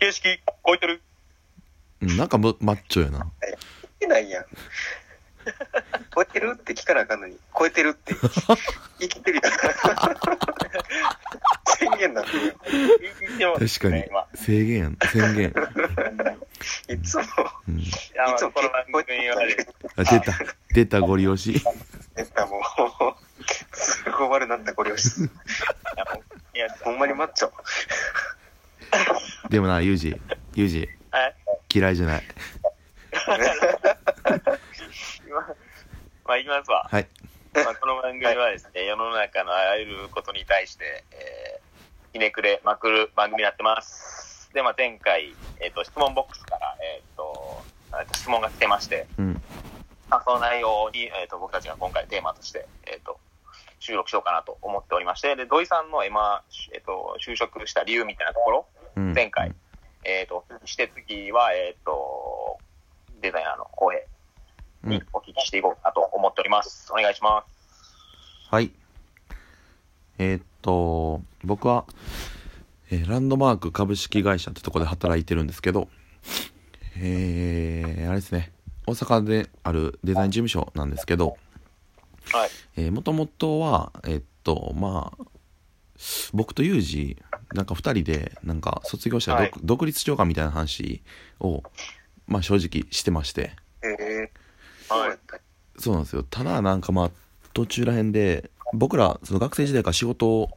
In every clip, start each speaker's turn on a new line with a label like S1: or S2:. S1: 形式超えてる
S2: うんなんかママッチョやな。
S3: 言ってないやん。超えてるって聞かなあかんのに、超えてるって。言ってるやん。宣言なってる
S1: 言ってます
S2: 確かに
S1: ね今。
S2: 制限やん。宣言。
S3: やん。いつも、
S2: うん。
S1: あの
S3: いつも
S1: この番組はね
S2: あ、出 た。出た、ゴリ押し。
S3: やったもう、すごい悪なった、これをし。
S1: あのいや
S3: ほんまにマッチョ。
S2: でもな、ユージ。ユージ。
S1: はい
S2: 嫌いじゃない。
S1: 今まあ言いますわ、
S2: はい。
S1: まあ、この番組はですね、世の中のあらゆることに対して、えーひねくれまくる番組になってますでまあ前回、えっと質問ボックスから、えっとえっと質問が来てまして
S2: うん。
S1: まあ、その内容に、えー、と僕たちが今回テーマとして、えー、と収録しようかなと思っておりまして、で土井さんの今、えー、と就職した理由みたいなところ、
S2: うん。
S1: 前回。、えー、とお聞きして次は、えー、とデザイナーの浩平
S2: う
S1: に
S2: ん。
S1: お聞きしていこうかなと思っております。お願いします。
S2: はい。えーっと、僕は、えーランドマーク株式会社ってとこで働いてるんですけど、えー、あれですね。大阪であるデザイン事務所なんですけど、
S1: はい。
S2: えー、もともとは、えっと、まあ、僕とユージ、なんか二人で、なんか卒業したら独,、
S1: は
S2: 独立しようかみたいな話を、まあ正直してまして、
S3: えー、
S1: はい
S3: そうやった
S2: そうなんですよ。ただ、なんかまあ、途中ら辺で、僕ら、その学生時代から仕事を、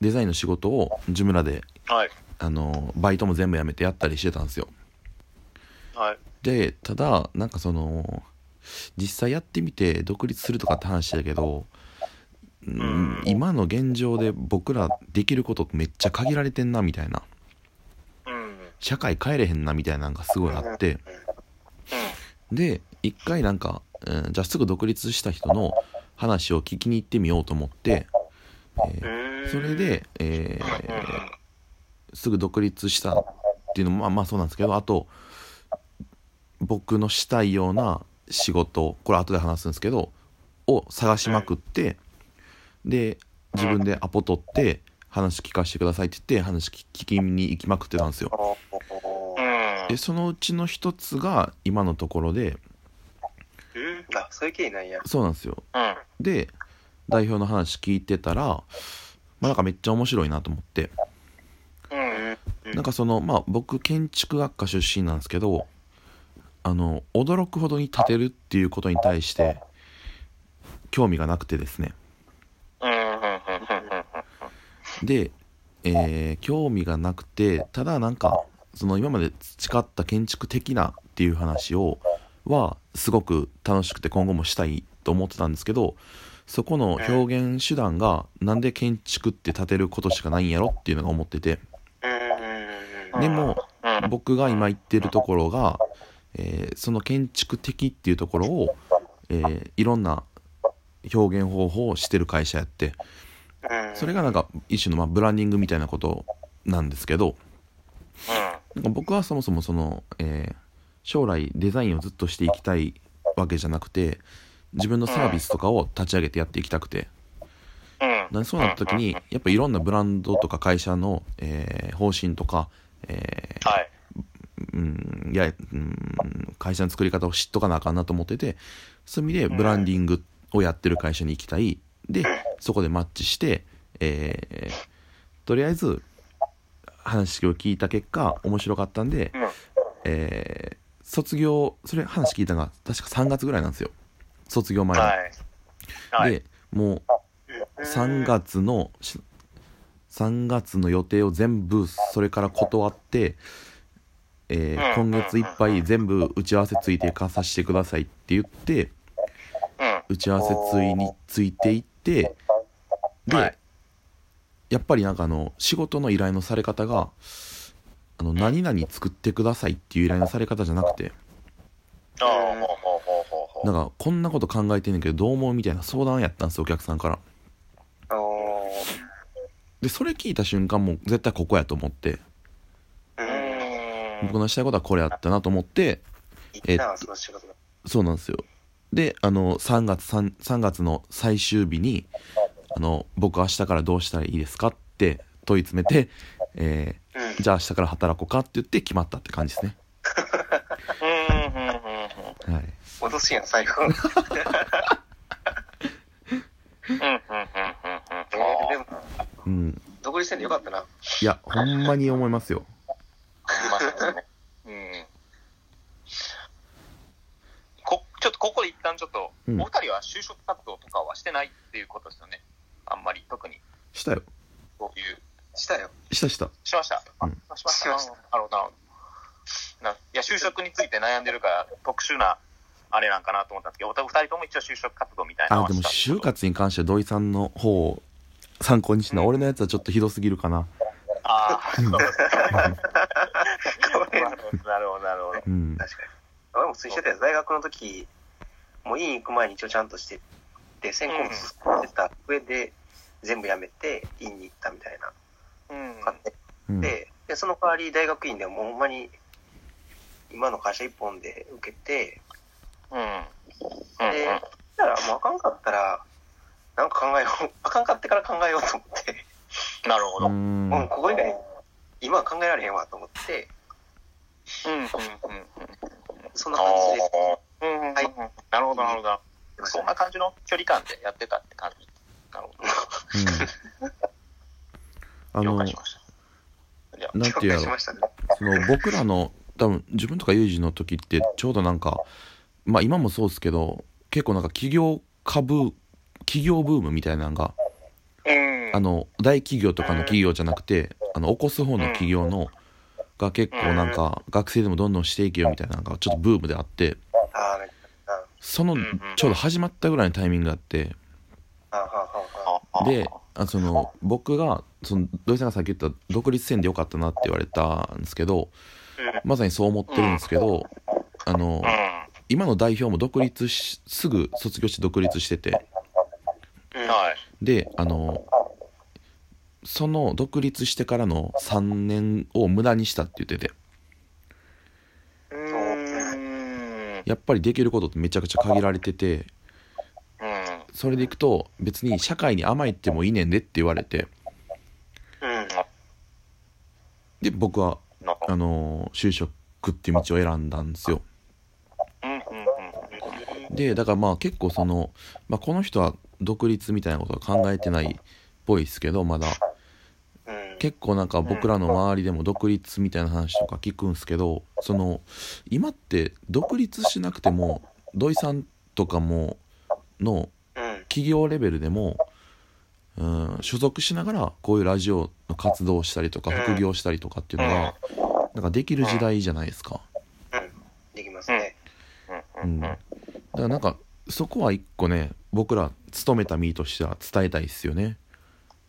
S2: デザインの仕事を、ジムラで、
S1: はい。
S2: あの、バイトも全部やめてやったりしてたんですよ。
S1: はい。
S2: でただなんかその実際やってみて独立するとかって話だけど、うん
S1: うん
S2: 今の現状で僕らできることめっちゃ限られてんなみたいな
S1: うん。うん。
S2: 社会帰れへんなみたいなのがすごいあってで一回なんか、うん、じゃあすぐ独立した人の話を聞きに行ってみようと思って、えーそれで、え
S1: うん、
S2: ーすぐ独立したっていうのもまあまあそうなんですけどあと僕のしたいような仕事これ後で話すんですけどを探しまくって、で自分でアポ取って話聞かせてくださいって言って話聞聞きに行きまくってたんですよ
S3: お
S1: う
S3: ー
S1: ん。
S2: でそのうちの一つが今のところで
S1: うん。
S3: あ、そういう経緯なんや。
S2: そうなんですよ
S1: うん。
S2: で代表の話聞いてたらまあなんかめっちゃ面白いなと思って
S1: うん。うん
S2: なんかそのまあ僕建築学科出身なんですけどあの驚くほどに建てるっていうことに対して興味がなくてですね
S1: うん。うん。
S2: で、えー興味がなくてただなんかその今まで培った建築的なっていう話をはすごく楽しくて今後もしたいと思ってたんですけどそこの表現手段がなんで建築って建てることしかないんやろっていうのが思ってて
S3: うん。
S2: でも
S1: うん。うん。
S2: 僕が今行ってるところが、えーその建築的っていうところを、えーいろんな表現方法をしてる会社やってそれがなんか一種のまあブランディングみたいなことなんですけどなんか僕はそもそもその、えー将来デザインをずっとしていきたいわけじゃなくて自分のサービスとかを立ち上げてやっていきたくて
S1: うん。
S2: なんでそうなった時にやっぱいろんなブランドとか会社の、えー方針とか、えー
S1: はい。
S2: うん、いや、うん、会社の作り方を知っとかなあかんなと思ってて、そういう意味でブランディングをやってる会社に行きたい。で、そこでマッチして、えー、とりあえず、話を聞いた結果、面白かったんで、
S1: うん。
S2: えー、卒業、それ話聞いたのが確か3月ぐらいなんですよ。卒業前の。
S1: はい。はい。
S2: で、もう3月の、し3月の予定を全部それから断って、えー
S1: うん
S2: 今月いっぱい全部打ち合わせついていかさせてくださいって言って、
S1: うん。
S2: 打ち合わせついについていって、で、
S1: はい
S2: やっぱりなんかあの、仕事の依頼のされ方が、あの、何々作ってくださいっていう依頼のされ方じゃなくて、
S1: ああ、ほうほうほうほうほう。
S2: なんかこんなこと考えてんねんけどどう思うみたいな相談やったんですよ、お客さんから。
S3: おー
S2: でそれ聞いた瞬間もう絶対ここやと思って
S1: う
S3: う。
S1: んん
S2: 僕のしたいことはこれやったなと思って
S3: いいな、その仕事が。
S2: そうなんですよであの3月 3, 3月の最終日にあの「僕明日からどうしたらいいですか?」って問い詰めて、え
S3: うん
S2: ーじゃあ明日から働こうかって言って決まったって感じですね。
S1: うんうんうんうん
S2: はい。
S3: 脅しやん、最
S1: う
S3: 後。
S1: んうんうんうん
S3: え
S1: うん
S3: ーでも、
S2: うん。
S3: 独立してんでよかったな。
S2: いや、ほんまに思いますよ。
S1: うんこちょっとここで一旦ちょっと、
S2: うん
S1: お二人は就職活動とかはしてないっていうことですよね。あんまり特に
S2: したよ。
S1: そういう。
S3: したよ。
S2: したした。
S1: しました。
S2: うん
S1: あしました。
S3: しました
S1: なるほど、なるほどないや、就職について悩んでるから、特殊な、あれなんかなと思ったんですけど、お二人とも一応就職活動みたいなの
S2: あ、
S1: は
S2: でも
S1: した
S2: 就活に関しては土井さんの方を参考にしな、俺のやつはちょっとひどすぎるかな。
S1: ああ、 そうですね
S3: ごめん
S1: なるほど、なるほどなるほど。
S2: うん。
S3: 確かに。俺も普通にしてたよ。大学の時、もう院行く前に一応ちゃんとしてて、専攻も進んでた上で、全部やめて、院に行ったみたいな
S1: うん
S3: 感じで
S2: うん。
S3: ででその代わり大学院ではもうほんまに今の会社一本で受けて
S1: うん。うん
S3: でだからもうあかんかったらなんか考えよう あかんかってから考えようと思って、
S1: なるほ
S2: う
S1: ど。
S2: ん。
S3: もうここ以外今は考えられへんわと思って
S1: うんうんうんうん。
S3: そんな感
S1: う
S3: じで
S1: んうんうん
S3: はい
S1: なるほど、なるほど。そんな感じの距離感でやってたって感じ。なるほ
S2: うんあ
S1: ど。了
S2: の
S1: 解し、ました。
S2: なんていうや
S3: し
S2: ろ
S3: ま。したね
S2: その僕らの多分自分とかユージの時ってちょうどなんかまあ今もそうですけど結構なんか企業株企業ブームみたいなのが
S1: うん
S2: あの大企業とかの企業じゃなくてあの起こす方の企業のが結構なんか学生でもどんどんしていけよみたいなのがちょっとブームであって
S3: あー
S2: そのちょうど始まったぐらいのタイミングがあって
S3: あーあーあーあー
S2: であその僕がその土井さんがさっき言った独立戦でよかったなって言われたんですけどまさにそう思ってるんですけどあの
S1: う
S2: 今の代表も独立しすぐ卒業して独立してて
S1: ん。はい。
S2: であのその独立してからの3年を無駄にしたって言ってて
S3: う
S1: う
S3: ーん
S1: ん。
S2: やっぱりできることってめちゃくちゃ限られて
S1: う
S2: て
S1: ん。
S2: それでいくと別に社会に甘えてもいいねんでって言われて
S3: うん
S2: で僕は
S1: なんか
S2: あの就職っていう道を選んだんですよ
S1: うんうんうん。
S2: でだからまあ結構その、まあ、この人は独立みたいなことは考えてないっぽいですけどまだ
S3: うん
S2: 結構なんか僕らの周りでも独立みたいな話とか聞くんすけどその今って独立しなくても土井さんとかもの
S3: うん
S2: 企業レベルでもうん所属しながらこういうラジオの活動をしたりとか
S3: うん
S2: 副業したりとかっていうのがなんかできる時代じゃないですか。
S3: できますね
S1: う
S2: うんん、だからなんかそこは一個ね僕ら勤めた身としては伝えたいっすよね。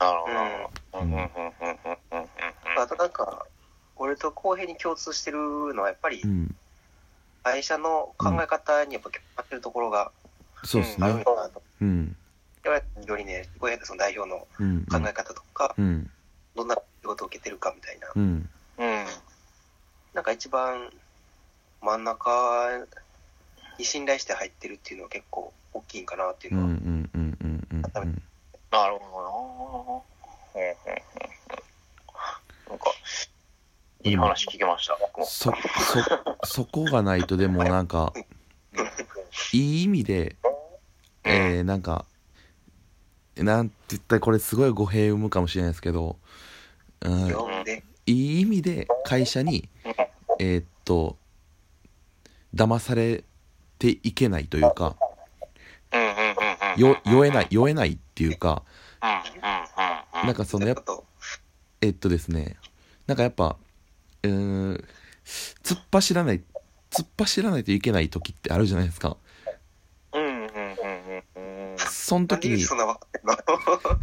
S1: なるほどなるほど。うんうんうんうんうん
S3: あとなんか俺と浩平に共通してるのはやっぱり
S2: うん、
S3: 会社の考え方にやっぱ結構合ってるところが
S2: そうです
S3: あるん
S2: ね。
S3: だなと。
S2: うん、
S3: やっぱりよりね、小平その代表の
S2: うん、
S3: 考え方とか、
S2: うん、
S3: どんな仕事を受けてるかみたいな、
S2: うん、
S1: うん。
S3: なんか一番真ん中に信頼して入ってるっていうのは結構大きいんかなっていう
S2: うん、う
S3: のは、
S2: ん、うん、うん、うん、うん。
S1: なるほどな。うんうんうんうんなんか、いい話聞きました。僕も
S2: そ、そ、そこがないとでもなんか、いい意味で、えー、なんか、なんて言ったらこれすごい語弊生むかもしれないですけど、うん、
S3: 読んで、
S2: いい意味で会社に、えーっと、騙されていけないというか、
S1: うんうんうんうん。
S2: よ、酔えない、酔えないっていうか、
S1: うんうんうん
S2: な
S1: うんん。
S2: かそのやっぱ、
S3: と、
S2: えっとですね、なんかやっぱ、うーん、突っ走らない、突っ走らないといけない時ってあるじゃないですか。
S1: うんうんうんうんうん。
S2: その
S3: なん
S2: 時
S3: で
S2: に、
S3: そんな分かってんの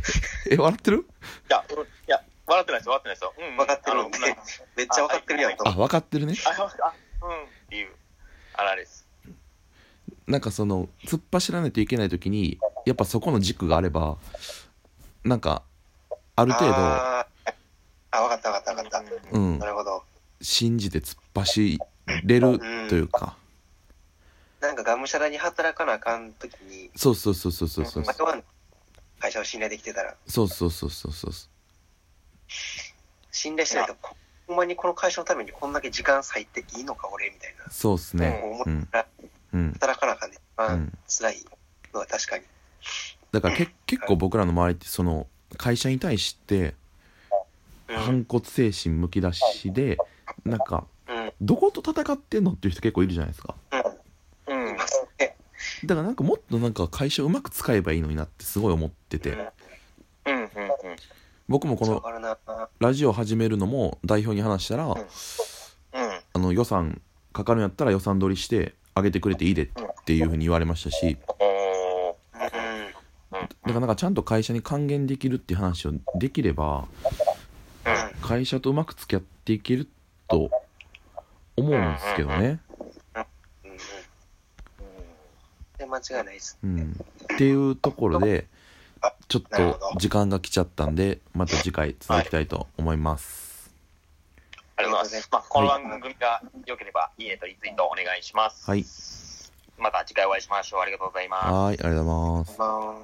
S2: え、笑ってる
S1: いや、うんいや、笑ってないですよ、笑ってないですよ。うん、
S3: 分かってるんで
S1: あのなんか、
S3: めっちゃ分かってるやんと
S2: あ、
S3: 思
S2: 分
S3: う。
S2: かってるね。
S1: あ、あうん、っていう、あらです。
S2: なんかその、突っ走らないといけない時に、やっぱそこの軸があれば、なんか、ある程度、
S3: あーあ、分かった分かった分かっ
S2: う
S3: た。
S2: ん
S3: な、るほど。
S2: 信じて突っ走れるというか、
S3: なんかがむしゃらに働かなあかん時に、
S2: そうそうそうそうそうそう
S3: 迷。わん会社を信頼できてたら、
S2: そうそうそうそうそう。
S3: 信頼してないと、こほんまにこの会社のためにこんだけ時間割いていいのか、俺、みたいな。
S2: そうっすね。
S3: 思
S2: う。
S3: いなんがら
S2: うん。
S3: 働かなあかんね。ま
S2: う
S3: あ
S2: ん、
S3: 辛いのは確かに。
S2: だからけ結構僕らの周りって、その、会社に対して、
S3: うん。
S2: 反骨精神むき出しで、なんか、
S3: うん。
S2: どこと戦ってんのっていう人結構いるじゃないですか。
S1: うん。う
S3: うんん。い。ますね。
S2: だからなんかもっとなんか会社うまく使えばいいのになってすごい思ってて、
S1: うん。うん。
S2: 僕もこ
S3: わ
S2: の
S3: かるな。
S2: ラジオ始めるのも代表に話したら、
S3: ん
S1: うん。
S2: あの予算かかるんやったら予算取りして上げてくれていいでっていうふうに言われましたし
S1: おー。
S3: うん。
S2: だからなんかちゃんと会社に還元できるっていう話をできれば
S3: う
S2: 会社とうまく付き合っていけると思うんですけどね、
S3: ん。うん。で、間違いないです。
S2: うん、っていうところでちょっ
S3: なるほ
S2: と
S3: ど
S2: 時間が来ちゃったんでまた次回続きたいと思います。
S1: ありがとうございます。まあ、この番組が良ければ、いいねとリツイートお願いします。
S2: はい。
S1: また次回お会いしましょう。ありがとうございます。
S2: はい、ありがとうございます。
S3: まあ